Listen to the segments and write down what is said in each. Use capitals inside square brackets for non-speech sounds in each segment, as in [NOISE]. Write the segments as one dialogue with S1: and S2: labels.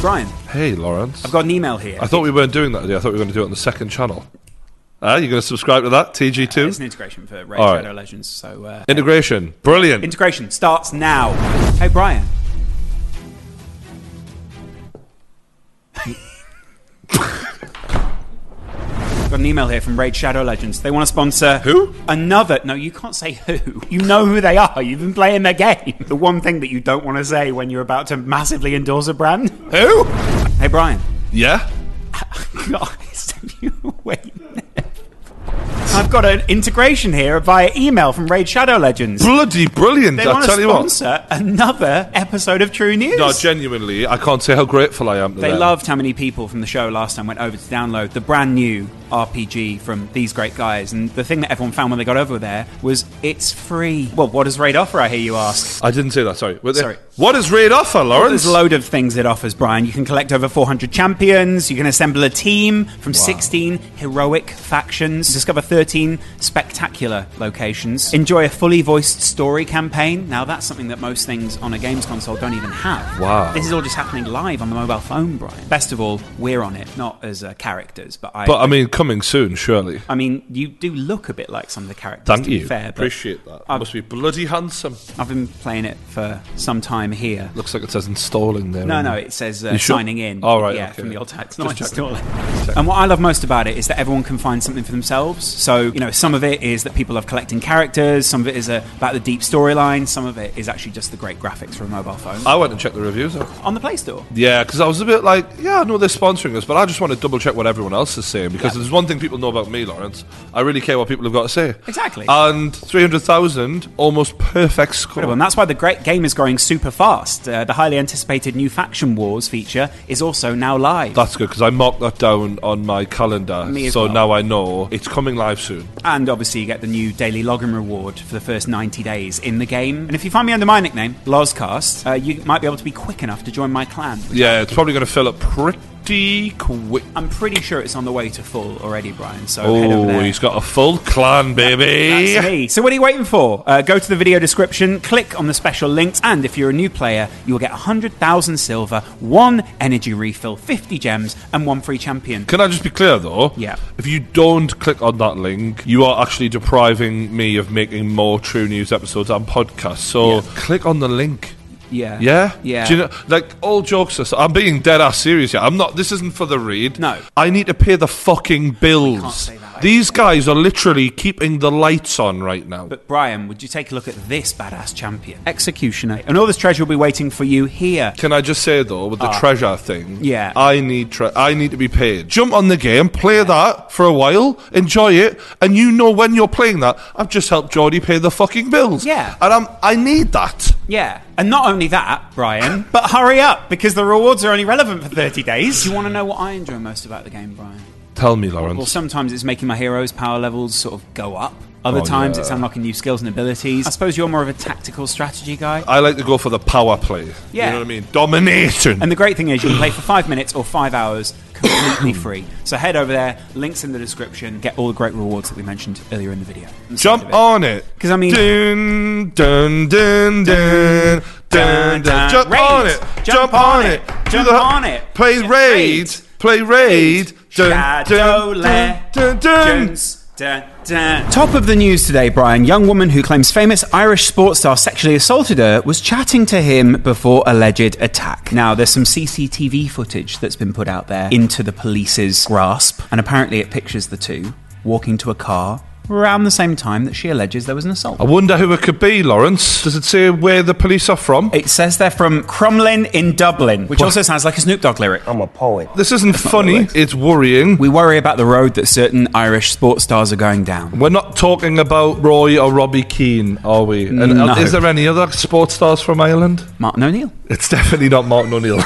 S1: Brian,
S2: Hey, Lawrence.
S1: I've got an email here.
S2: I thought we weren't doing that today. I thought we were going to do it on the second channel. Ah, you're going to subscribe to that?
S1: It's
S2: TG2?
S1: an integration for Raid
S2: All right.
S1: Shadow Legends, so uh,
S2: Integration. Brilliant.
S1: integration starts now. Hey, Brian. Got an email here from Raid Shadow Legends. They want to sponsor
S2: Who?
S1: Another. No, you can't say who. You know who they are. You've been playing their game. The one thing that you don't want to say when you're about to massively endorse a brand.
S2: Who?
S1: Hey, Brian.
S2: Yeah?
S1: Guys, [LAUGHS] you wait. I've got an integration here via email from Raid Shadow Legends.
S2: Bloody brilliant.
S1: They
S2: I
S1: want to
S2: tell you what.
S1: sponsor another episode of True News.
S2: No, genuinely, I can't say how grateful I am to
S1: they
S2: them.
S1: loved how many people from the show last time went over to download the brand new RPG from these great guys. And the thing that everyone found when they got over there was it's free. Well, what does Raid offer, I hear you ask?
S2: I didn't say that, sorry. Were they-
S1: Sorry.
S2: What is Raid offer, Lawrence?
S1: There's a load of things it offers, Brian. You can collect over 400 champions. You can assemble a team from 16 heroic factions. Discover 13 spectacular locations. Enjoy a fully voiced story campaign. Now, that's something that most things on a games console don't even have.
S2: Wow.
S1: This is all just happening live on the mobile phone, Brian. Best of all, we're on it, not as uh, characters, but I.
S2: but, I mean, coming soon, surely.
S1: I mean, you do look a bit like some of the characters.
S2: Thank
S1: to be
S2: you.
S1: Fair, but
S2: Appreciate that.
S1: I've-
S2: Must be bloody handsome.
S1: I've been playing it for some time here.
S2: Looks like it says installing there.
S1: No,
S2: in-
S1: no, it says uh,
S2: Um, You sure?
S1: signing in.
S2: All right,
S1: yeah,
S2: okay.
S1: from the old text. [LAUGHS]
S2: Just
S1: Not
S2: checking.
S1: installing. And what I love most about it is that everyone can find something for themselves. So you know, some of it is that people love collecting characters. Some of it is uh, about the deep storyline. Some of it is actually just the great graphics for a mobile phone
S2: I went and checked the reviews out.
S1: on the Play Store.
S2: Uh, Yeah, because I was a bit like, yeah, I know they're sponsoring us, but I just want to double check what everyone else is saying because there's one thing people know about me, Lawrence. I really care what people have got to say.
S1: Exactly.
S2: And 300,000, almost perfect score.
S1: Incredible. And that's why the great game is growing super fast. Uh, the highly anticipated new Faction Wars feature is also now live.
S2: That's good because I marked that down on my calendar.
S1: Me as
S2: so
S1: well.
S2: now I know it's coming live soon.
S1: And obviously, you get the new daily login reward for the first 90 days in the game. And if you find me under my nickname, Lozcast, uh, you might be able to be quick enough to join my clan.
S2: Yeah, it's probably going to fill up pretty quick.
S1: I'm pretty sure it's on the way to full already, Brian. So head over
S2: Oh,
S1: there.
S2: he's got a full clan, baby.
S1: That's me. So what are you waiting for? Uh, go to the video description, click on the special links, and if you're a new player, you will get 100,000 silver, one energy refill, 50 gems, and one free champion.
S2: Can I just be clear though?
S1: Yeah.
S2: If you don't click on that link, you are actually depriving me of making more true news episodes and podcasts. So
S1: Yeah.
S2: click on the link.
S1: Yeah.
S2: Yeah,
S1: Yeah.
S2: Do you know, like all jokes aside, I'm being dead ass serious here. I'm not. This isn't for the read.
S1: No.
S2: I need to pay the fucking bills.
S1: say that.
S2: These guys are literally keeping the lights on right now.
S1: But Brian, would you take a look at this badass champion? Executioner. And all this treasure will be waiting for you here.
S2: Can I just say though, with the treasure thing,
S1: Ah. Yeah.
S2: I need tre- I need to be paid. Jump on the game, play that for a while, enjoy it, and you know when you're playing that, I've just helped Geordie pay the fucking bills.
S1: Yeah.
S2: and I'm I need that.
S1: Yeah. And not only that, Brian, but hurry up because the rewards are only relevant for 30 days. Do you want to know what I enjoy most about the game, Brian?
S2: Tell me, Lawrence.
S1: Well, sometimes it's making my heroes' power levels sort of go up. Other times it's unlocking new skills and abilities. I suppose you're more of a tactical strategy guy.
S2: I like to go for the power play.
S1: Yeah.
S2: you know what I mean. Domination.
S1: And the great thing is you can play for five minutes or five hours completely free. So head over there, links in the description, get all the great rewards that we mentioned earlier in the video.
S2: Jump on it.
S1: 'Cause, I mean-
S2: Dun, dun, dun, dun, dun, dun.
S1: dun.
S2: Jump
S1: Raid.
S2: on it. Jump, on it. Do
S1: Jump
S2: the-
S1: on it.
S2: Play
S1: Jump-
S2: raid.
S1: Raid.
S2: Play raid. Dun, dun,
S1: Shadow
S2: dun,
S1: Legends.
S2: dun, dun.
S1: Top of the news today, Brian. Young woman who claims famous Irish sports star sexually assaulted her was chatting to him before alleged attack. Now, there's some CCTV footage that's been put out there into the police's grasp, and apparently it pictures the two walking to a car around the same time that she alleges there was an assault.
S2: I wonder who it could be, Lawrence. Does it say where the police are from?
S1: It says they're from Crumlin in Dublin, which
S2: What?
S1: also sounds like a Snoop Dogg lyric.
S3: I'm a poet.
S2: This isn't funny.
S1: works.
S2: It's worrying.
S1: We worry about the road that certain Irish sports stars are going down.
S2: We're not talking about Roy or Robbie Keane, are we? And uh,
S1: No.
S2: is there any other sports stars from Ireland?
S1: Martin O'Neill.
S2: It's definitely not Martin
S1: [LAUGHS]
S2: O'Neill.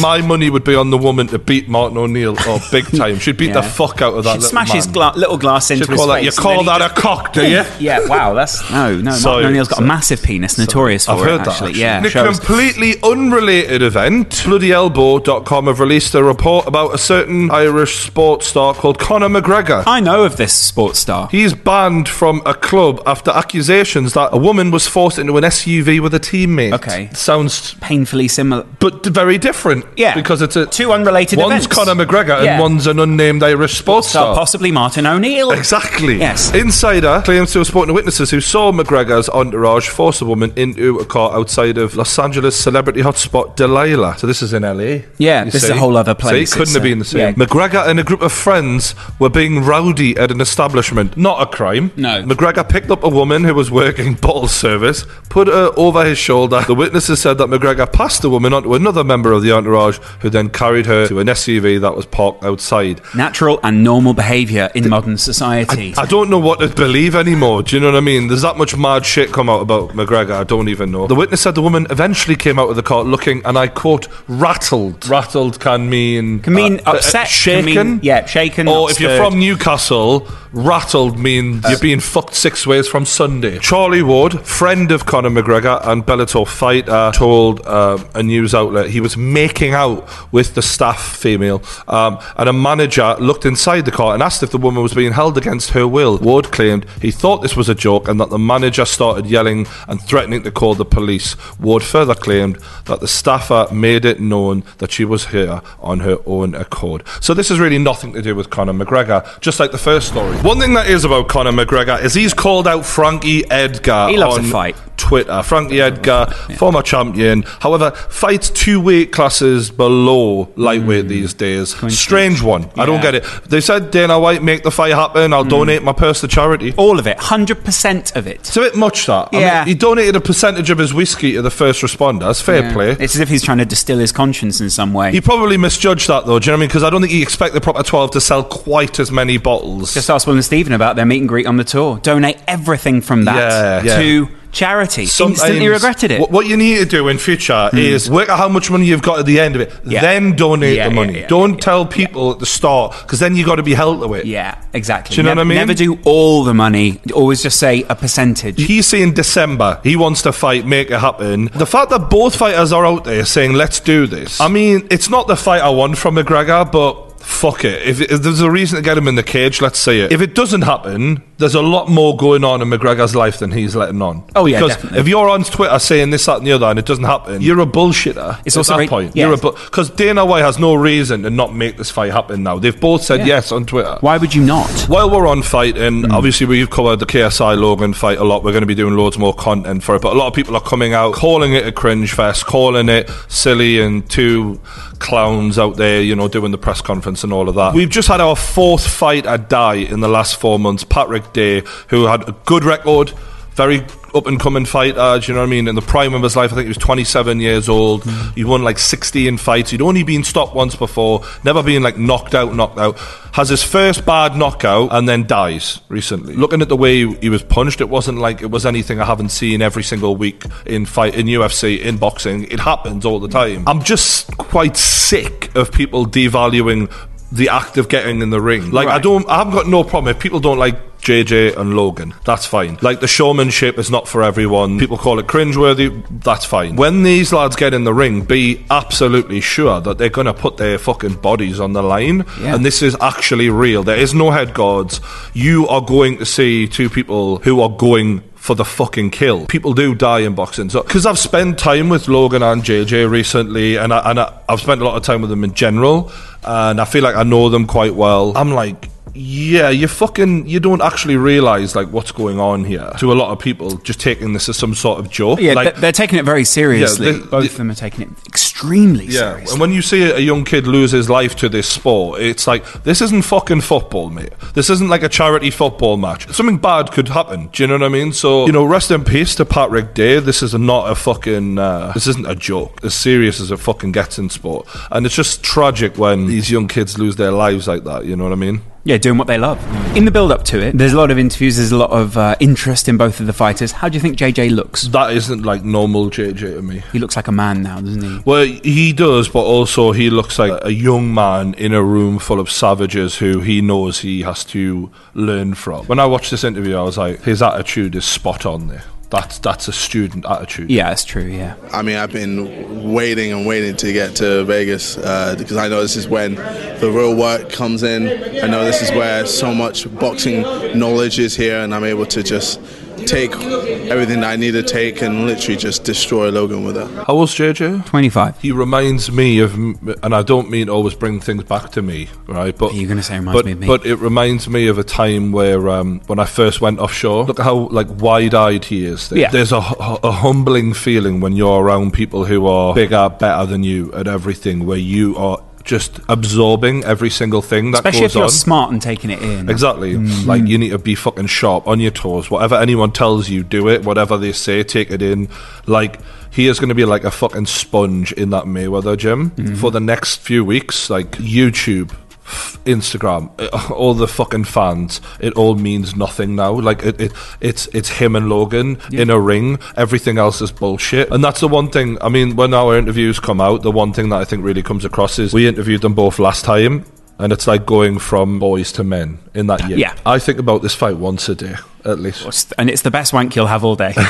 S2: My money would be on the woman to beat Martin O'Neill or big time. She'd beat
S1: Yeah.
S2: the fuck out of that.
S1: She'd
S2: little
S1: smash
S2: man.
S1: his gla- little glass into
S2: She'd
S1: his
S2: call that,
S1: face
S2: you
S1: and
S2: call
S1: then
S2: that
S1: he
S2: a cock, do you?
S1: just- [LAUGHS] Yeah, wow, that's no, no.
S2: Sorry,
S1: Martin O'Neill's got a
S2: sorry.
S1: massive penis, notorious for
S2: I've
S1: it.
S2: heard that.
S1: actually, yeah.
S2: In a
S1: shows-
S2: completely unrelated event, bloodyelbow.com have released a report about a certain Irish sports star called Conor McGregor.
S1: I know of this sports star.
S2: He's banned from a club after accusations that a woman was forced into an SUV with a teammate.
S1: Okay.
S2: Sounds
S1: Painfully similar.
S2: but d- very different.
S1: Yeah.
S2: Because it's a
S1: Two unrelated events.
S2: One's Conor McGregor
S1: Yeah.
S2: and one's an unnamed Irish sports
S1: So
S2: star.
S1: possibly Martin O'Neill.
S2: Exactly.
S1: Yes.
S2: Insider claims to have spoken to witnesses who saw McGregor's entourage force a woman into a car outside of Los Angeles celebrity hotspot Delilah. So this is in LA.
S1: Yeah,
S2: you
S1: this is a whole other place.
S2: See, couldn't
S1: It's,
S2: have
S1: uh,
S2: been the same.
S1: yeah.
S2: McGregor and a group of friends were being rowdy at an establishment. Not a crime.
S1: No.
S2: McGregor picked up a woman who was working bottle service, put her over his shoulder. The witnesses said that McGregor passed the woman onto another member of the entourage, who then carried her to an SUV that was parked outside.
S1: Natural and normal behaviour in modern society.
S2: I don't know what to believe anymore. Do you know what I mean? There's that much mad shit come out about McGregor. I don't even know. The witness said the woman eventually came out of the car looking, and I quote, rattled. Rattled can mean
S1: Can mean
S2: uh, uh,
S1: upset, can
S2: shaken.
S1: mean- yeah, shaken,
S2: Or
S1: not
S2: if you're
S1: stirred. Uh,
S2: from Newcastle, rattled means you're being fucked six ways from Sunday. Charlie Ward, friend of Conor McGregor and Bellator fighter, told um, a news outlet he was making out with the staff female, um, and a manager looked inside the car and asked if the woman was being held against her will. Ward claimed he thought this was a joke and that the manager started yelling and threatening to call the police. Ward further claimed that the staffer made it known that she was here on her own accord. So this is really nothing to do with Conor McGregor, just like the first story. One thing that is about Conor McGregor is he's called out Frankie Edgar
S1: He loves
S2: on
S1: a fight.
S2: Twitter. Frankie Edgar, former champion, however, fights two weight classes below lightweight these days. Strange one. I
S1: Mm. Yeah.
S2: don't
S1: Mm.
S2: get it. They said Dana White make the fight happen. I'll donate my purse to charity.
S1: All of it, 100% of it.
S2: It's a bit much that. I
S1: Yeah.
S2: mean, he donated a percentage of his whiskey to the first responders. Fair play.
S1: It's as if he's trying to distill his conscience in some way.
S2: He probably misjudged that though, do you know what I mean? Because I don't think he expected the proper 12 to sell quite as many bottles.
S1: Just ask Will and Stephen about their meet and greet on the tour. Donate everything from that
S2: Yeah, yeah.
S1: to charity. Instantly regretted it. Hmm.
S2: What, what you need to do in future is work out how much money you've got at the end of it,
S1: Yeah.
S2: then donate
S1: Yeah,
S2: the
S1: yeah,
S2: money.
S1: yeah,
S2: don't tell people at the start because then you got to be held to it.
S1: yeah, exactly.
S2: Do you know
S1: Nev-
S2: what I mean?
S1: Never do all the money. Always just say a percentage.
S2: He's saying December. He wants to fight, make it happen. The fact that both fighters are out there saying, let's do this. I mean, it's not the fight I want from McGregor, but fuck it. If, if there's a reason to get him in the cage, let's see it. If it doesn't happen, there's a lot more going on in McGregor's life than he's letting on.
S1: Oh, yeah,
S2: Because
S1: definitely.
S2: if you're on Twitter saying this, that, and the other, and it doesn't happen, you're a bullshitter.
S1: It's
S2: at
S1: also
S2: that
S1: very-
S2: point.
S1: yeah.
S2: You're a because Dana White has no reason to not make this fight happen now. They've both said
S1: Yeah.
S2: yes on Twitter.
S1: Why would you not?
S2: While we're on fighting, obviously we've covered the KSI Logan fight a lot. We're going to be doing loads more content for it, but a lot of people are coming out calling it a cringe fest, calling it silly and two clowns out there, you know, doing the press conference and all of that. We've just had our fourth fight at die in the last four months. Patrick Day, who had a good record, very up and coming fighter, do you know what I mean? In the prime of his life, I think he was 27 years old. He won like 16 fights. He'd only been stopped once before, never been like knocked out, knocked out. Has his first bad knockout and then dies recently. Looking at the way he was punched, it wasn't like it was anything I haven't seen every single week in fight in UFC, in boxing. It happens all the time. I'm just quite sick of people devaluing the act of getting in the ring. Like I
S1: Right.
S2: don't don't- I haven't got no problem if people don't like JJ and Logan. That's fine. Like the showmanship is not for everyone. People call it cringeworthy. That's fine. When these lads get in the ring, be absolutely sure that they're going to put their fucking bodies on the line.
S1: Yeah.
S2: And this is actually real. There is no head guards. You are going to see two people who are going for the fucking kill. People do die in boxing. So, because I've spent time with Logan and JJ recently, and, I, and I, I've spent a lot of time with them in general, and I feel like I know them quite well. I'm like, yeah, you fucking, you don't actually realize like what's going on here. To a lot of people, just taking this as some sort of joke.
S1: Yeah,
S2: like,
S1: they- they're taking it very seriously.
S2: they-
S1: Both of them are taking it extremely seriously.
S2: and when you see a young kid lose his life to this sport, it's like this isn't fucking football, mate. This isn't like a charity football match. Something bad could happen. Do you know what I mean? So you know, rest in peace to Patrick Day. This is not a fucking. Uh, this isn't a joke. As serious as it fucking gets in sport, and it's just tragic when these young kids lose their lives like that. You know what I mean?
S1: Yeah, doing what they love. In the build up to it, there's a lot of interviews, there's a lot of uh, interest in both of the fighters. How do you think JJ looks?
S2: That isn't like normal JJ to me.
S1: He looks like a man now, doesn't he?
S2: Well, he does, but also he looks like a young man in a room full of savages who he knows he has to learn from. When I watched this interview, I was like, his attitude is spot on there. That's that's a student attitude.
S1: Yeah, that's true, yeah.
S3: I mean, I've been waiting and waiting to get to Vegas uh, because I know this is when the real work comes in. I know this is where so much boxing knowledge is here, and I'm able to just take everything that I need to take and literally just destroy Logan with it.
S2: How old's JJ?
S1: 25.
S2: He reminds me of, m- and I don't mean always bring things back to me, right? But
S1: You're gonna say reminds
S2: but,
S1: me of me.
S2: but it reminds me of a time where um, when I first went offshore. Look how like wide-eyed he is. There-
S1: Yeah.
S2: There's a, hu- a humbling feeling when you're around people who are bigger, better than you at everything, where you are just absorbing every single thing that
S1: Especially
S2: goes
S1: if you're
S2: on.
S1: smart and taking it in.
S2: Exactly. Like you need to be fucking sharp on your toes. Whatever anyone tells you, do it. Whatever they say, take it in. Like he is going to be like a fucking sponge in that Mayweather gym for the next few weeks. Like YouTube. f- Instagram, [LAUGHS] uh, all the fucking fans. It all means nothing now. Like it, it it's it's him and Logan in a ring. Everything else is bullshit. And that's the one thing. I mean, when our interviews come out, the one thing that I think really comes across is we interviewed them both last time, and it's like going from boys to men in that year.
S1: Yeah.
S2: I think about this fight once a day, at least.
S1: And it's the best wank you'll have all
S2: [LAUGHS]
S1: day. Uh,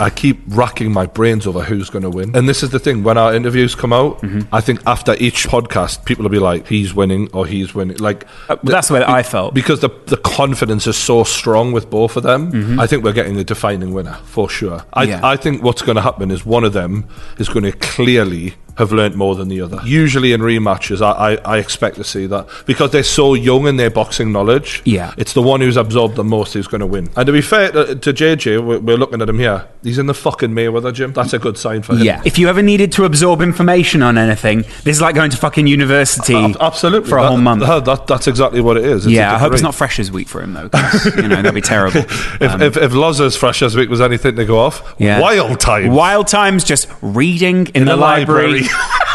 S2: I keep racking my brains over who's going to win. And this is the thing when our interviews come out,
S1: Mm-hmm.
S2: I think after each podcast, people will be like, he's winning or he's winning. Like,
S1: Uh, well, that's the way that I felt.
S2: because the, the confidence is so strong with both of them, I think we're getting a defining winner for sure. I,
S1: Mm-hmm. Yeah.
S2: I think what's going to happen is one of them is going to clearly have learnt more than the other. Usually in rematches, I, I, I expect to see that because they're so young in their boxing knowledge.
S1: Yeah.
S2: It's the one who's absorbed the most who's going to win. And to be fair to, to JJ, we're, we're looking at him here. He's in the fucking Mayweather gym. That's a good sign for him.
S1: Yeah. If you ever needed to absorb information on anything, this is like going to fucking university.
S2: Ab- Absolutely.
S1: For a
S2: That-
S1: whole month.
S2: that- that- that's exactly what it is. It's a
S1: yeah, I hope it's
S2: degree.
S1: not freshers week for him though. 'cause, you know that'd be
S2: [LAUGHS]
S1: terrible.
S2: If, if, if Lozza's fresh as week was anything to go off,
S1: Yeah.
S2: wild time.
S1: Wild times, just reading in, the, library.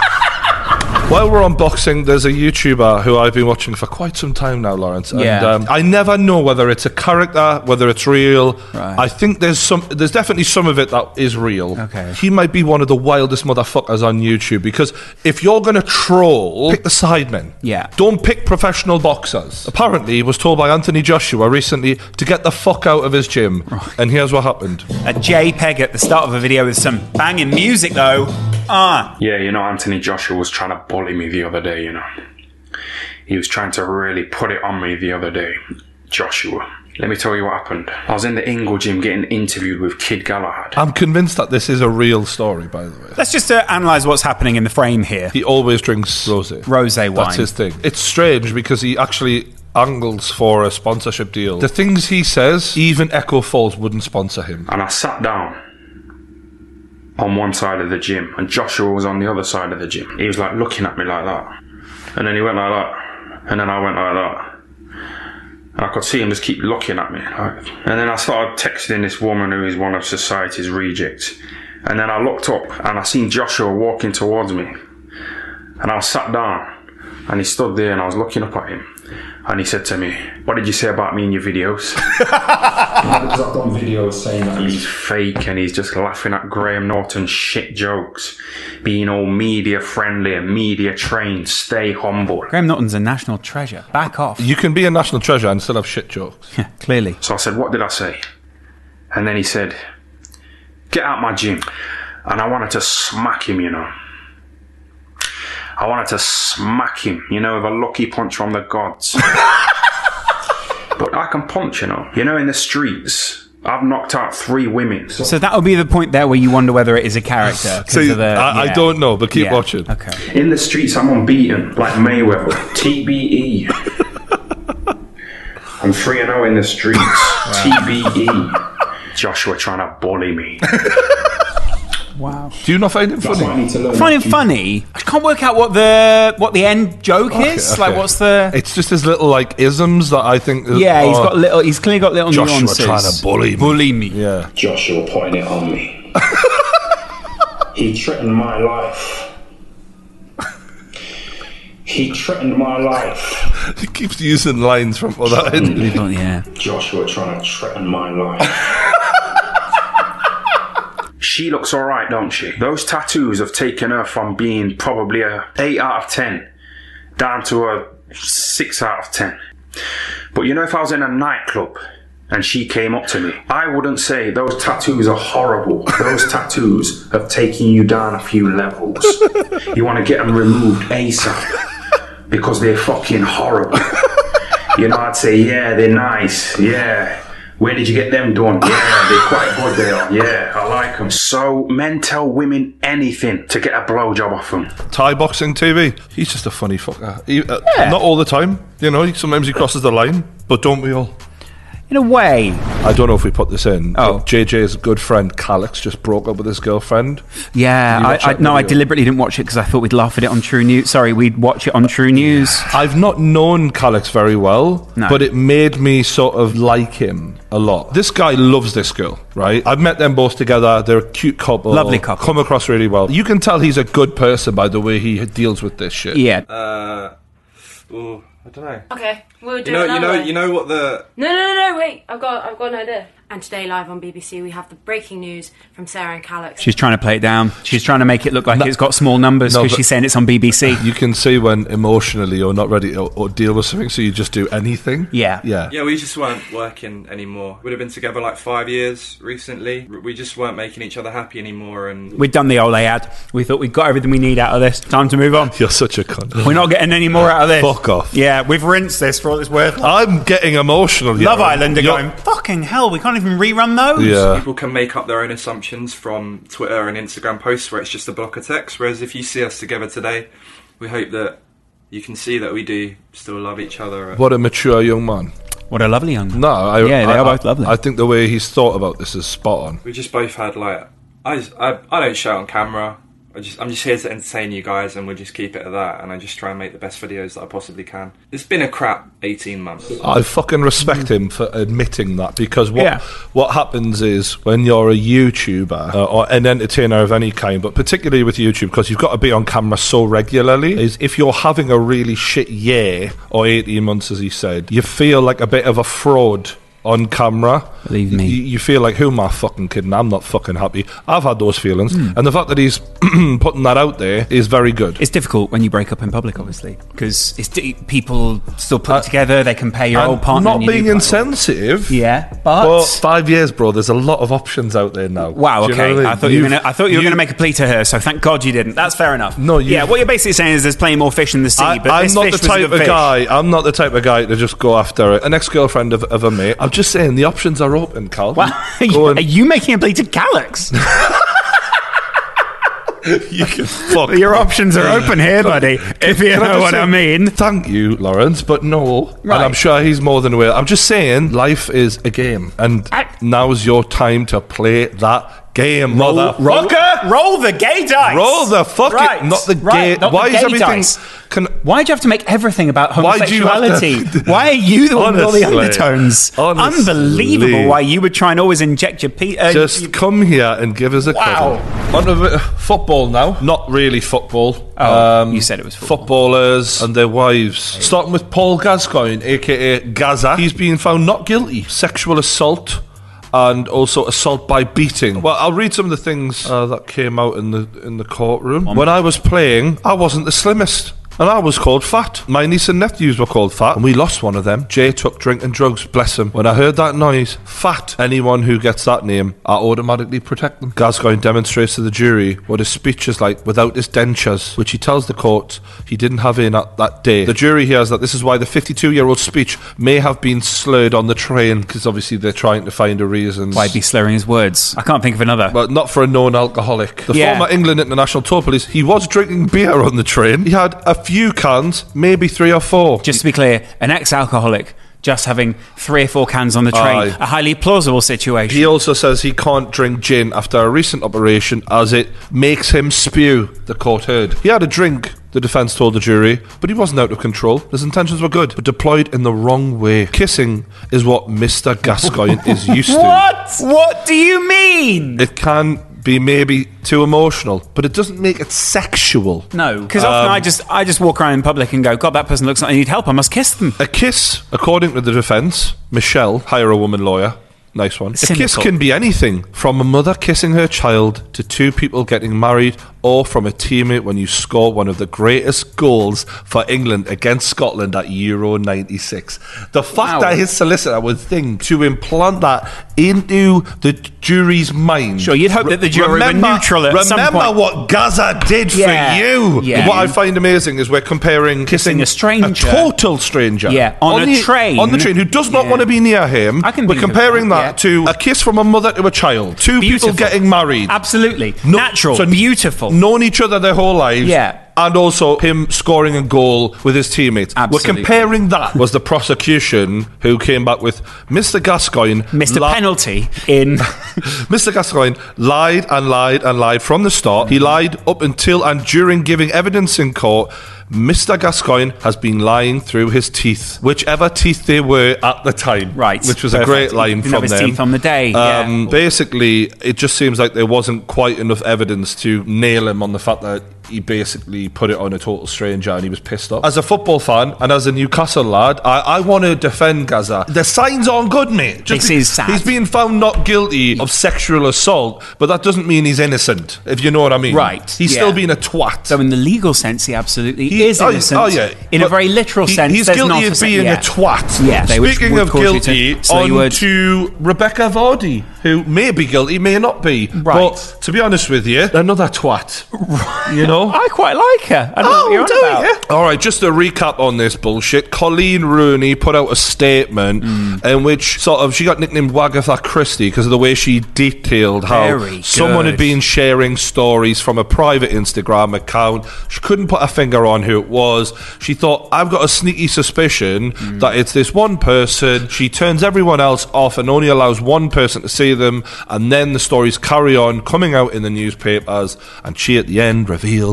S1: [LAUGHS]
S2: While we're on boxing, there's a YouTuber who I've been watching for quite some time now, Lawrence.
S1: Yeah.
S2: And um, I never know whether it's a character, whether it's real.
S1: Right.
S2: I think there's some, there's definitely some of it that is real.
S1: Okay.
S2: He might be one of the wildest motherfuckers on YouTube because if you're going to troll, pick the sidemen.
S1: Yeah.
S2: Don't pick professional boxers. Apparently, he was told by Anthony Joshua recently to get the fuck out of his gym. And here's what happened.
S1: A JPEG at the start of a video with some banging music though. Ah,
S4: Yeah, you know, Anthony Joshua was trying to bully me the other day, you know. He was trying to really put it on me the other day. Joshua. Let me tell you what happened. I was in the Ingle gym getting interviewed with Kid Galahad.
S2: I'm convinced that this is a real story, by the way.
S1: let's just uh, analyze what's happening in the frame here.
S2: He always drinks rosé.
S1: Rosé wine.
S2: That's his thing. It's strange because he actually angles for a sponsorship deal. The things he says, even Echo Falls wouldn't sponsor him.
S4: And I sat down on one side of the gym, and Joshua was on the other side of the gym. He was like looking at me like that. And then he went like that. And then I went like that. And I could see him just keep looking at me. Like. And then I started texting this woman who is one of society's rejects. And then I looked up and I seen Joshua walking towards me. And I sat down and he stood there and I was looking up at him. And he said to me, What did you say about me in your videos? Because I've done videos saying that he's fake and he's just laughing at Graham Norton's shit jokes, being all media friendly and media trained. Stay humble.
S1: Graham Norton's a national treasure. Back off.
S2: You can be a national treasure and still have shit jokes.
S1: Yeah, clearly.
S4: So I said, What did I say? And then he said, Get out my gym. And I wanted to smack him, you know. I wanted to smack him, you know, with a lucky punch from the gods. [LAUGHS] but I can punch, you know. You know, in the streets, I've knocked out three women.
S1: So that will be the point there where you wonder whether it is a character. 'cause
S2: See,
S1: of the-
S2: I, I
S1: yeah.
S2: don't know, but keep
S1: Yeah.
S2: watching.
S1: Okay.
S4: In the streets, I'm unbeaten, like Mayweather. TBE. I'm 3 0 in the streets. TBE. Joshua trying to bully me.
S1: Wow.
S2: Do you not find it funny?
S1: Finding funny. I can't work out what the what the end joke is.
S2: Okay,
S1: Like,
S2: okay.
S1: what's the?
S2: It's just his little like isms that I think. is-
S1: yeah, he's
S2: oh,
S1: got little. He's clearly got little
S2: Joshua
S1: nuances.
S2: trying to bully me.
S1: Bully me.
S2: Yeah,
S4: Joshua putting it on me. he threatened my life. He threatened my life.
S2: [LAUGHS] he keeps using lines from other. interviews.
S1: Oh, yeah.
S4: Joshua trying to threaten my life. [LAUGHS] she looks alright, don't she? Those tattoos have taken her from being probably a 8 out of 10 down to a 6 out of 10. But you know, if I was in a nightclub and she came up to me, I wouldn't say those tattoos are horrible. Those [LAUGHS] tattoos have taken you down a few levels. you want to get them removed ASAP because they're fucking horrible. You know, I'd say, yeah, they're nice, yeah. Where did you get them done? Yeah, they're quite good, they are. Yeah, I like them. So, men tell women anything to get a blowjob off them.
S2: Thai boxing TV. He's just a funny fucker. He, uh, Not all the time, you know. he- Sometimes he crosses the line, but don't we all?
S1: In a way.
S2: I don't know if we put this in.
S1: Oh.
S2: but JJ's good friend Calix just broke up with his girlfriend.
S1: Yeah,
S2: Did you
S1: I,
S2: watch
S1: I,
S2: that
S1: no, I
S2: video?
S1: deliberately didn't watch it because I thought we'd laugh at it on True News. Sorry, we'd watch it on True News.
S2: I've not known Calix very well,
S1: No.
S2: but it made me sort of like him a lot. This guy loves this girl, right? I've met them both together. They're a cute couple.
S1: Lovely couple.
S2: Come across really well. You can tell he's a good person by the way he deals with this shit.
S1: Yeah,
S5: Uh, Ooh, I don't know.
S6: Okay, we'll do
S5: You know, you
S6: it
S5: know,
S6: another way.
S5: you know what the
S6: No, no, no, no, wait. I've got, I've got an idea. And today, live on BBC, we have the breaking news from Sarah and Calix.
S1: she's trying to play it down. She's trying to make it look like it's got small numbers
S2: No,
S1: because
S2: but-
S1: she's saying it's on
S2: [LAUGHS]
S1: BBC.
S2: You can see when emotionally you're not ready to or deal with something, so you just do anything.
S1: Yeah.
S2: Yeah.
S5: yeah, we just weren't working anymore. We'd have been together like five years recently. We just weren't making each other happy anymore, and
S1: We'd done the Olay ad. We thought we'd got everything we need out of this. Time to move on.
S2: You're such a cunt.
S1: We're not getting any more out of this.
S2: Fuck off.
S1: Yeah, we've rinsed this for all it's worth.
S2: I'm getting emotional. you
S1: Love
S2: know.
S1: Island are
S2: You're-
S1: going, fucking hell, we can't even rerun those.
S2: Yeah.
S5: people can make up their own assumptions from Twitter and Instagram posts where it's just a block of text. Whereas if you see us together today, we hope that you can see that we do still love each other.
S2: What a mature young man.
S1: What a lovely young
S2: No, I,
S1: Yeah, they
S2: I-
S1: are
S2: I-
S1: both lovely.
S2: I think the way he's thought about this is spot on.
S5: We just both had like I, I, I don't shout on camera. I just I'm just here to entertain you guys, and we'll just keep it at that. And I just try and make the best videos that I possibly can. It's been a crap 18 months.
S2: I fucking respect him for admitting that because what
S1: Yeah.
S2: what happens is when you're a YouTuber uh, or an entertainer of any kind, but particularly with YouTube because you've got to be on camera so regularly, is if you're having a really shit year or 18 months, as he said, you feel like a bit of a fraud. On camera,
S1: Believe me.
S2: Y- you feel like who am I fucking kidding? I'm not fucking happy. I've had those feelings,
S1: Hmm.
S2: and the fact that he's [CLEARS THROAT] putting that out there is very good.
S1: It's difficult when you break up in public, obviously, because it's di- people still put it together. They compare your
S2: Uh, And
S1: old Oh, partner.
S2: not
S1: and your new
S2: being
S1: partner.
S2: insensitive,
S1: Yeah, but-
S2: Well, five years, bro. There's a lot of options out there now.
S1: Wow.
S2: Do
S1: Okay.
S2: you know what
S1: I,
S2: mean?
S1: thought you were
S2: You've-
S1: gonna. I thought you were
S2: you-
S1: gonna make a plea to her. So thank God you didn't. That's fair enough.
S2: No, you-
S1: yeah. What you're basically saying is there's plenty more fish in the sea.
S2: I,
S1: but
S2: I'm
S1: this
S2: not
S1: fish
S2: the
S1: was a
S2: type
S1: good
S2: of
S1: fish.
S2: guy. I'm not the type of guy to just go after an ex-girlfriend of, of a mate. I'm just saying the options are open, Cal.
S1: Wow. [LAUGHS]
S2: Go
S1: Are
S2: and-
S1: you making a plea to
S2: [LAUGHS]
S1: Calyx?
S2: you can [LAUGHS] fuck.
S1: Your options are open here, buddy. If you
S2: [LAUGHS] Can I
S1: know
S2: just
S1: what
S2: say-
S1: I mean.
S2: Thank you, Lawrence, but no.
S1: Right.
S2: And I'm sure he's more than aware. I'm just saying, life is a game, and
S1: I-
S2: now's your time to play that game, motherfucker.
S1: Roll, roll the gay dice.
S2: Roll the fucking
S1: Right,
S2: not the
S1: right,
S2: gay.
S1: not the
S2: why
S1: gay
S2: is everything?
S1: dice.
S2: Can
S1: Why do you have to make everything about
S2: Why [LAUGHS] do you have to-
S1: homosexuality? Why, are you the one with all the
S2: Honestly.
S1: undertones?
S2: Honestly.
S1: Unbelievable! Why you would try and always inject your pe- uh,
S2: just come here and give us a
S1: Wow.
S2: cuddle. On to, uh, football now. Not really football. Um,
S1: Oh, you said it was football.
S2: Footballers and their wives. Starting with Paul Gascoigne, aka Gaza. He's been found not guilty. Sexual assault and also assault by beating. Well, I'll read some of the things uh, that came out in the in the courtroom. When I was playing, I wasn't the slimmest. And I was called fat. My niece and nephews were called fat, and we lost one of them. Jay took drink and drugs, bless him. When I heard that noise, fat, anyone who gets that name, I automatically protect them. Gascoigne demonstrates to the jury what his speech is like without his dentures, which he tells the court he didn't have in at that day. The jury hears that this is why the 52 year old speech may have been slurred on the train, because obviously they're trying to find a reason.
S1: Why be slurring his words? I can't think of another.
S2: But not for a known alcoholic. The
S1: Yeah.
S2: former England international tour police, he was drinking beer on the train. He had a few cans, maybe three or four.
S1: just to be clear, an ex-alcoholic just having three or four cans on the train,
S2: Aye.
S1: a highly plausible situation.
S2: He also says he can't drink gin after a recent operation as it makes him spew, the court heard. He had a drink, the defence told the jury, but he wasn't out of control. His intentions were good, but deployed in the wrong way. Kissing is what Mr. Gascoigne
S1: [LAUGHS]
S2: is used to.
S1: what? What do you mean?
S2: It can be maybe too emotional, but it doesn't make it sexual.
S1: No, because
S2: Um,
S1: often I just I just walk around in public and go, God, that person looks like they need help. I must kiss them.
S2: A kiss, according to the defence, Michelle, hire a woman lawyer. Nice one. A kiss
S1: Cynical.
S2: can be anything from a mother kissing her child to two people getting married or from a teammate when you score one of the greatest goals for England against Scotland at Euro 96. The fact
S1: Wow.
S2: that his solicitor would think to implant that into the jury's mind.
S1: Sure, you'd hope that the jury were neutral at some
S2: remember
S1: point.
S2: what Gaza did
S1: Yeah,
S2: for you.
S1: yeah.
S2: What I find amazing is we're comparing
S1: Kissing a stranger.
S2: a total stranger,
S1: Yeah, on a
S2: the,
S1: train.
S2: on the train, who does not
S1: Yeah.
S2: want to be near him.
S1: I can
S2: We're
S1: think of
S2: comparing
S1: that,
S2: that,
S1: yeah.
S2: to a kiss from a mother to a child, two
S1: Beautiful.
S2: people getting married,
S1: Absolutely.
S2: No-
S1: Natural.
S2: so
S1: beautiful.
S2: known each other their whole lives.
S1: Yeah.
S2: And also him scoring a goal with his teammates.
S1: Absolutely.
S2: We're comparing that was the prosecution who came back with Mr. Gascoigne,
S1: Mr.
S2: la-
S1: Penalty
S2: [LAUGHS]
S1: in
S2: Mr. Gascoigne lied and lied and lied from the start.
S1: Mm.
S2: He lied up until and during giving evidence in court. Mr. Gascoigne has been lying through his teeth, whichever teeth they were at the time.
S1: Right.
S2: Which was
S1: Perfect.
S2: a great line
S1: Didn't
S2: from
S1: have his
S2: them. Um,
S1: teeth on the day, yeah.
S2: Basically, it just seems like there wasn't quite enough evidence to nail him on the fact that he basically put it on a total stranger and he was pissed off. As a football fan and as a Newcastle lad, I, I want to defend Gaza. The signs aren't good, mate. Just
S1: This
S2: be-
S1: is sad.
S2: He's being found not guilty of sexual assault, but that doesn't mean he's innocent, if you know what I mean.
S1: Right,
S2: He's
S1: yeah.
S2: still being a twat.
S1: So, in the legal sense, he absolutely
S2: He-
S1: is
S2: oh,
S1: innocent.
S2: oh, yeah.
S1: In a
S2: But
S1: very literal
S2: he-
S1: sense,
S2: he's
S1: there's
S2: guilty
S1: not
S2: of
S1: sen-
S2: being
S1: yeah.
S2: a twat.
S1: Yeah, they would-
S2: Speaking
S1: would
S2: of
S1: cause you to
S2: guilty,
S1: slur
S2: on
S1: your words.
S2: to Rebecca Vardy, who may be guilty, may not be.
S1: Right.
S2: But to be honest with you, another twat.
S1: [LAUGHS]
S2: You know. Oh,
S1: I quite like her. I don't know what you're on about.
S2: All right, just a recap on this bullshit. Colleen Rooney put out a statement
S1: Mm.
S2: in which sort of she got nicknamed Wagatha Christie because of the way she detailed how
S1: Very
S2: someone had
S1: good.
S2: been sharing stories from a private Instagram account. She couldn't put her finger on who it was. She thought, I've got a sneaky suspicion that it's this one person. She turns everyone else off and only allows one person to see them. And then the stories carry on coming out in the newspapers. And she at the end reveals,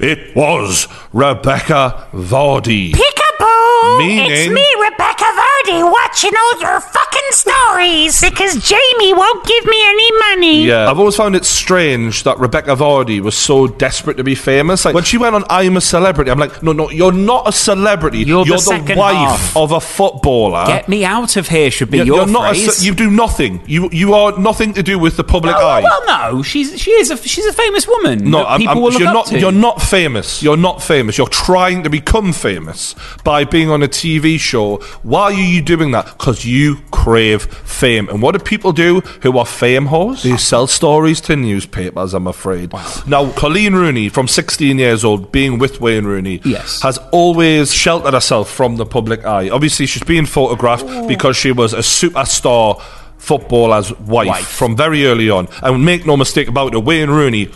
S2: It was Rebecca Vardy.
S7: Peekaboo! It's
S2: Meaning-
S7: me, Rebecca Vardy, watching all your fucking stories because Jamie won't give me any money.
S2: Yeah. I've always found it strange that Rebecca Vardy was so desperate to be famous. Like when she went on I'm a celebrity, I'm like, no, no, you're not a celebrity.
S1: You're the
S2: the
S1: second
S2: wife
S1: half."
S2: of a footballer.
S1: Get me out of here should be your
S2: not a
S1: phrase.
S2: ce- you do nothing. You you are nothing to do with the public
S1: Oh,
S2: eye.
S1: well, no, she's she is a she's a famous woman.
S2: no,
S1: that
S2: I'm,
S1: people
S2: I'm-
S1: will look
S2: you're
S1: up
S2: not.
S1: to.
S2: You're not famous. You're not famous. You're trying to become famous by being on a TV show. Why are you doing that? Because you crave fame. And what do people do who are fame whores? They sell stories to newspapers. I'm afraid. Now, Colleen Rooney, from 16 years old, being with Wayne Rooney,
S1: Yes.
S2: has always sheltered herself from the public eye. Obviously, she's being photographed because she was a superstar footballer's wife,
S1: Wife.
S2: from very early on. And make no mistake about it, Wayne Rooney, g-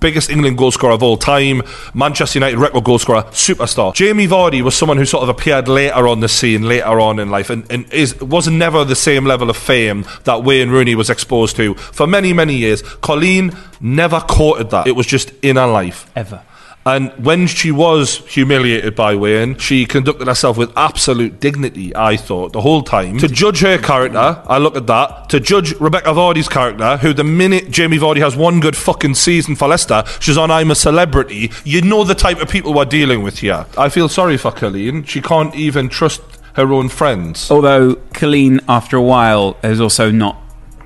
S2: biggest England goal scorer of all time, Manchester United record goal scorer, superstar. Jamie Vardy was someone who sort of appeared later on the scene, later on in life, and, and is was never the same level of fame that Wayne Rooney was exposed to for many, many years. Colleen never courted that. It was just in her life.
S1: Ever.
S2: And when she was humiliated by Wayne, she conducted herself with absolute dignity, I thought, the whole time. To judge her character, I look at that. To judge Rebecca Vardy's character, who the minute Jamie Vardy has one good fucking season for Leicester, she's on I'm a Celebrity. You know the type of people we're dealing with here. I feel sorry for Colleen. She can't even trust her own friends.
S1: Although Colleen, after a while, has also not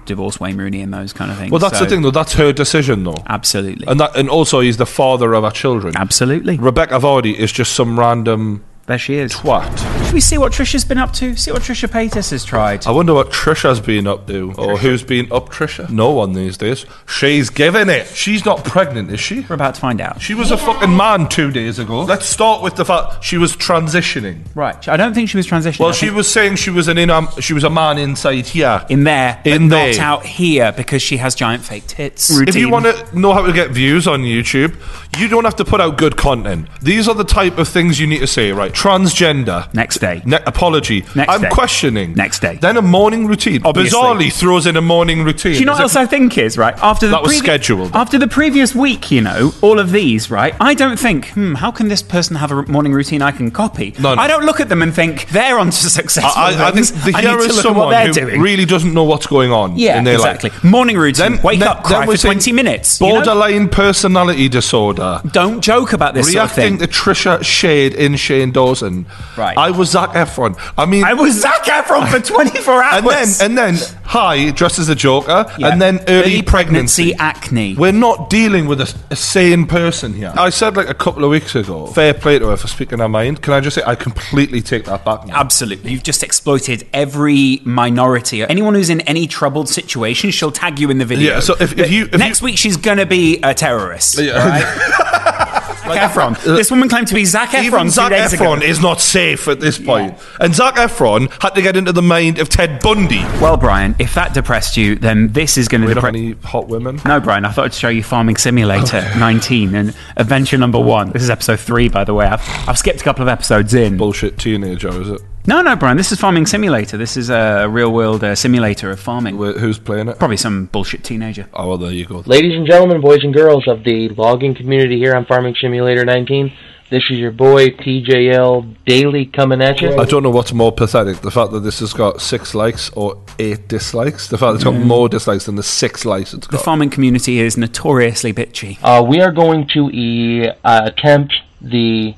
S1: divorced Wayne Rooney and those kind of things.
S2: well, that's
S1: so-
S2: the thing, though. That's her decision, though.
S1: Absolutely,
S2: And, that, and also, he's the father of our children.
S1: absolutely.
S2: Rebecca Vardy is just some random
S1: There she is.
S2: twat.
S1: Should we see what Trisha's been up to? See what Trisha Paytas has tried.
S2: I wonder what Trisha's been up to, or who's been up Trisha. No one these days. She's giving it. She's not pregnant, is she?
S1: We're about to find out.
S2: She was a fucking man two days ago. Let's start with the fact she was transitioning.
S1: Right. I don't think she was transitioning.
S2: Well,
S1: I
S2: she
S1: think
S2: was saying she was an in, um, she was a man inside here.
S1: in there, but
S2: In
S1: not
S2: there.
S1: out here because she has giant fake tits.
S2: If you want to know how to get views on YouTube, you don't have to put out good content. These are the type of things you need to say, right? Transgender.
S1: Next day.
S2: Ne- apology.
S1: Next
S2: I'm
S1: day.
S2: questioning.
S1: Next day.
S2: Then a morning routine.
S1: Obviously.
S2: Bizarrely throws in a morning routine.
S1: Do you know
S2: Is
S1: what else
S2: it-
S1: I think is right after the
S2: That was
S1: previ-
S2: scheduled.
S1: after the previous week? You know, all of these right. I don't think. Hmm, how can this person have a r- morning routine I can copy?
S2: No, no.
S1: I don't look at them and think they're onto [LAUGHS] successful
S2: I, I, I think
S1: things.
S2: the,
S1: I
S2: here
S1: need to
S2: is
S1: look at what
S2: someone
S1: they're
S2: who
S1: doing.
S2: really doesn't know what's going on.
S1: yeah,
S2: in their life.
S1: exactly. Morning routine. Wake
S2: then-
S1: up, cry
S2: then
S1: for
S2: we're saying
S1: twenty minutes. you know?
S2: Borderline personality disorder.
S1: Don't joke about this sort of
S2: Reacting
S1: thing.
S2: to Trisha Shade in Shane shows, and
S1: Right.
S2: I was Zac Efron. I mean,
S1: I was Zac Efron for 24 hours.
S2: [LAUGHS] and then and then High dressed as a Joker,
S1: Yeah.
S2: and then early,
S1: pregnancy acne.
S2: We're not dealing with a, a sane person here. I said like a couple of weeks ago, fair play to her for speaking her mind. Can I just say I completely take that back? Now.
S1: Absolutely. You've just exploited every minority. Anyone who's in any troubled situation, she'll tag you in the video.
S2: Yeah, so if- if you- if
S1: Next week, she's going to be a terrorist.
S2: Yeah. [LAUGHS] uh,
S1: Zac Efron. This woman claimed to be Zac Efron.
S2: Even
S1: two
S2: Zac
S1: days ago.
S2: Efron is not safe at this point. And Zac Efron had to get into the mind of Ted Bundy.
S1: Well, Brian, if that depressed you, then this is going to
S2: We don't have
S1: depress
S2: any hot women.
S1: No, Brian, I thought I'd show you Farming Simulator 19 and adventure number one. This is episode three, by the way. I've, I've skipped a couple of episodes in.
S2: Bullshit teenager, is it?
S1: No, no, Brian, this is Farming Simulator. This is a real world uh, simulator of farming.
S2: Wait, who's playing it?
S1: Probably some bullshit teenager.
S2: Oh, well, there you go.
S8: Ladies and gentlemen, boys and girls of the logging community here on Farming Simulator 19, this is your boy PJL Daily coming at you.
S2: I don't know what's more pathetic the fact that this has got six likes or eight dislikes. The fact that it's got more dislikes than Mm. the six likes it's
S1: The
S2: got.
S1: farming community is notoriously
S2: [LAUGHS]
S1: bitchy.
S8: Uh, we are going to e- uh, attempt the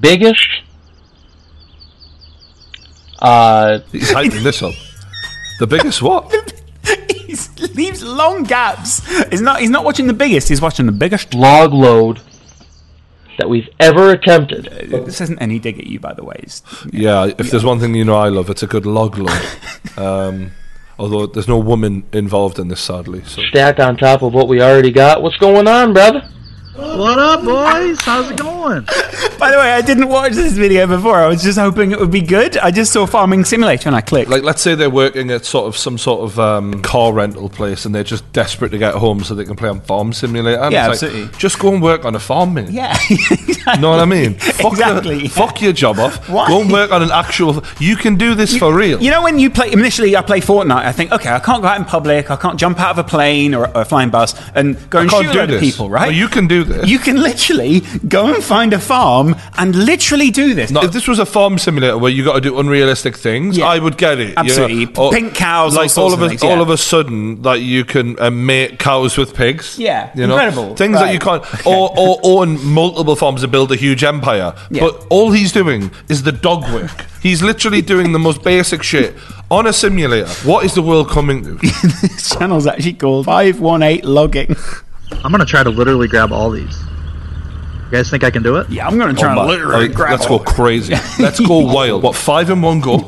S8: biggest. Uh,
S2: He's hyping this up. The biggest what?
S1: he leaves long gaps. He's not, he's not watching the biggest, he's watching the biggest.
S8: log load that we've ever attempted.
S1: This isn't any dig at you, by the way. It's-
S2: Yeah, if there's one thing you know I love, it's a good log [LAUGHS] load. um, although there's no woman involved in this, sadly. So.
S8: Stacked on top of what we already got. What's going on, brother?
S9: What up, boys? How's it going?
S1: By the way, I didn't watch this video before. I was just hoping it would be good. I just saw Farming Simulator and I [LAUGHS] clicked.
S2: Like, let's say they're working at sort of some sort of um, car rental place, and they're just desperate to get home so they can play on Farm Simulator. And
S1: Yeah,
S2: it's like,
S1: absolutely.
S2: Just go and work on a farm, mate.
S1: yeah, exactly.
S2: You know what
S1: [LAUGHS]
S2: I mean? Fuck the-
S1: exactly. yeah.
S2: fuck your job off.
S1: Why?
S2: Go and work on an actual. You can do this for real.
S1: You know when you play initially, I play Fortnite. I think, okay, I can't go out in public. I can't jump out of a plane or, or a flying bus and go and
S2: can't
S1: shoot a
S2: do
S1: load of
S2: this.
S1: people, right?
S2: Well, you can do this.
S1: You can literally go and find a farm and literally do this.
S2: If this was a farm simulator where you got to do unrealistic things,
S1: Yeah.
S2: I would get it. you know.
S1: Absolutely.
S2: Or-
S1: Pink cows, all
S2: like
S1: sorts
S2: of
S1: of
S2: a,
S1: things,
S2: all
S1: yeah.
S2: of a sudden that you can uh, mate cows with pigs.
S1: Yeah,
S2: you know?
S1: incredible,
S2: things
S1: right.
S2: that you can't, or, or own multiple farms and build a huge empire.
S1: Yeah.
S2: But all he's doing is the dog work. he's literally doing the most basic shit on a simulator. What is the world coming to?
S1: this [LAUGHS] channel's actually called 518 Logging.
S9: I'm gonna try to literally grab all these. You guys think I can do it?
S1: Yeah, I'm going to try and
S2: Like,
S1: literally grab
S2: let's
S1: all
S2: go
S1: [LAUGHS]
S2: crazy. Let's go wild. What five in one go?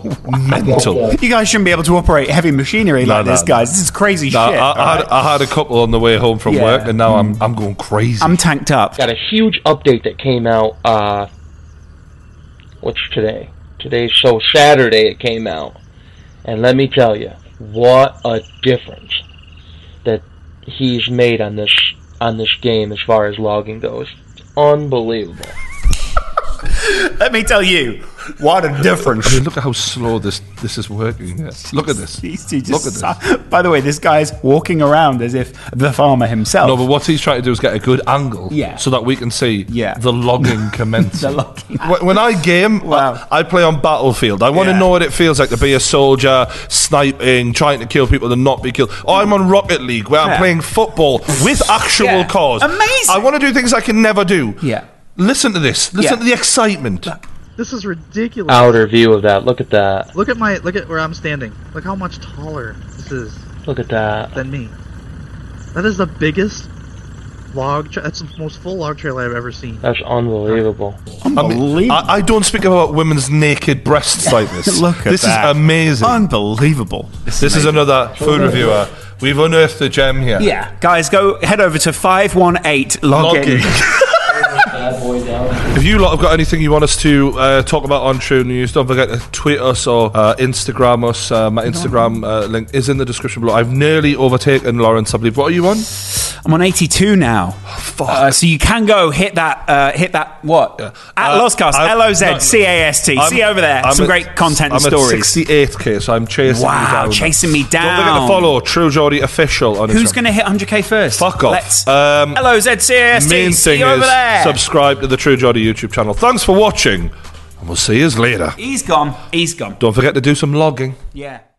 S2: Mental.
S1: You guys shouldn't be able to operate heavy machinery
S2: No,
S1: like
S2: no,
S1: this,
S2: no. uh,
S1: guys. This is crazy
S2: I,
S1: shit.
S2: I, I, had, I had a couple on the way home from
S1: Yeah.
S2: work, and now I'm I'm going crazy.
S1: am tanked up.
S8: got a huge update that came out. Uh, what's today? Today's so Saturday it came out, and let me tell you, what a difference that he's made on this on this game as far as logging goes. Unbelievable.
S1: Let me tell you, what a
S2: [LAUGHS]
S1: difference.
S2: I mean, look at how slow this this is working. Look at this.
S1: [LAUGHS] These two
S2: look at
S1: just.
S2: this.
S1: suck. By the way, this guy's walking around as if the farmer himself.
S2: No, but what he's trying to do is get a good angle,
S1: Yeah.
S2: so that we can see
S1: Yeah. [LAUGHS]
S2: the logging commence.
S1: The logging.
S2: Wh- When I game,
S1: Wow.
S2: I, I play on Battlefield. I want to
S1: Yeah.
S2: know what it feels like to be a soldier, sniping, trying to kill people and not be killed. Or I'm on Rocket League, where
S1: Yeah.
S2: I'm playing football with actual
S1: Yeah.
S2: cars.
S1: Amazing.
S2: I want to do things I can never do.
S1: Yeah.
S2: Listen to this. Listen
S1: Yeah.
S2: to the excitement.
S9: This is ridiculous.
S8: Outer view of that. Look at that.
S9: Look at my look at where I'm standing. Look how much taller this is
S8: Look at that.
S9: than me. That is the biggest log. Tra- that's the most full log trail I've ever seen.
S8: That's unbelievable.
S2: I, mean,
S1: Unbelievable.
S2: I, I don't speak about women's naked breasts like
S1: [LAUGHS]
S2: this.
S1: Look at
S2: this
S1: that.
S2: is amazing.
S1: Unbelievable.
S2: This is another food reviewer. We've unearthed a gem here.
S1: Yeah. Guys, go head over to 518
S2: Logging.
S1: Logging.
S2: [LAUGHS] if you lot have got anything you want us to uh, talk about on True News, don't forget to tweet us or uh, Instagram us. Uh, my Instagram uh, link is in the description below. I've nearly overtaken Lawrence, I believe. What are you on?
S1: I'm on 82 now.
S2: Oh,
S1: Uh, so you can go hit that, uh, hit that, what? At
S2: Uh,
S1: Loscast,
S2: I'm-
S1: L O Z
S2: no,
S1: C A S T.
S2: I'm-
S1: See over there.
S2: I'm
S1: Some
S2: at-
S1: great content and
S2: I'm at
S1: stories.
S2: 68k, so I'm chasing you
S1: Wow,
S2: down.
S1: chasing me
S2: Don't forget
S1: down.
S2: to follow True Geordie Official on
S1: Who's
S2: Instagram.
S1: going to hit 100k first?
S2: Fuck off.
S1: Let's.
S2: Um,
S1: Hello, ZCAST.
S2: main
S1: See
S2: thing
S1: you over
S2: is
S1: there.
S2: subscribe to the True Geordie YouTube channel. Thanks for watching, and we'll see you later.
S1: He's gone. He's gone.
S2: Don't forget to do some logging.
S1: Yeah.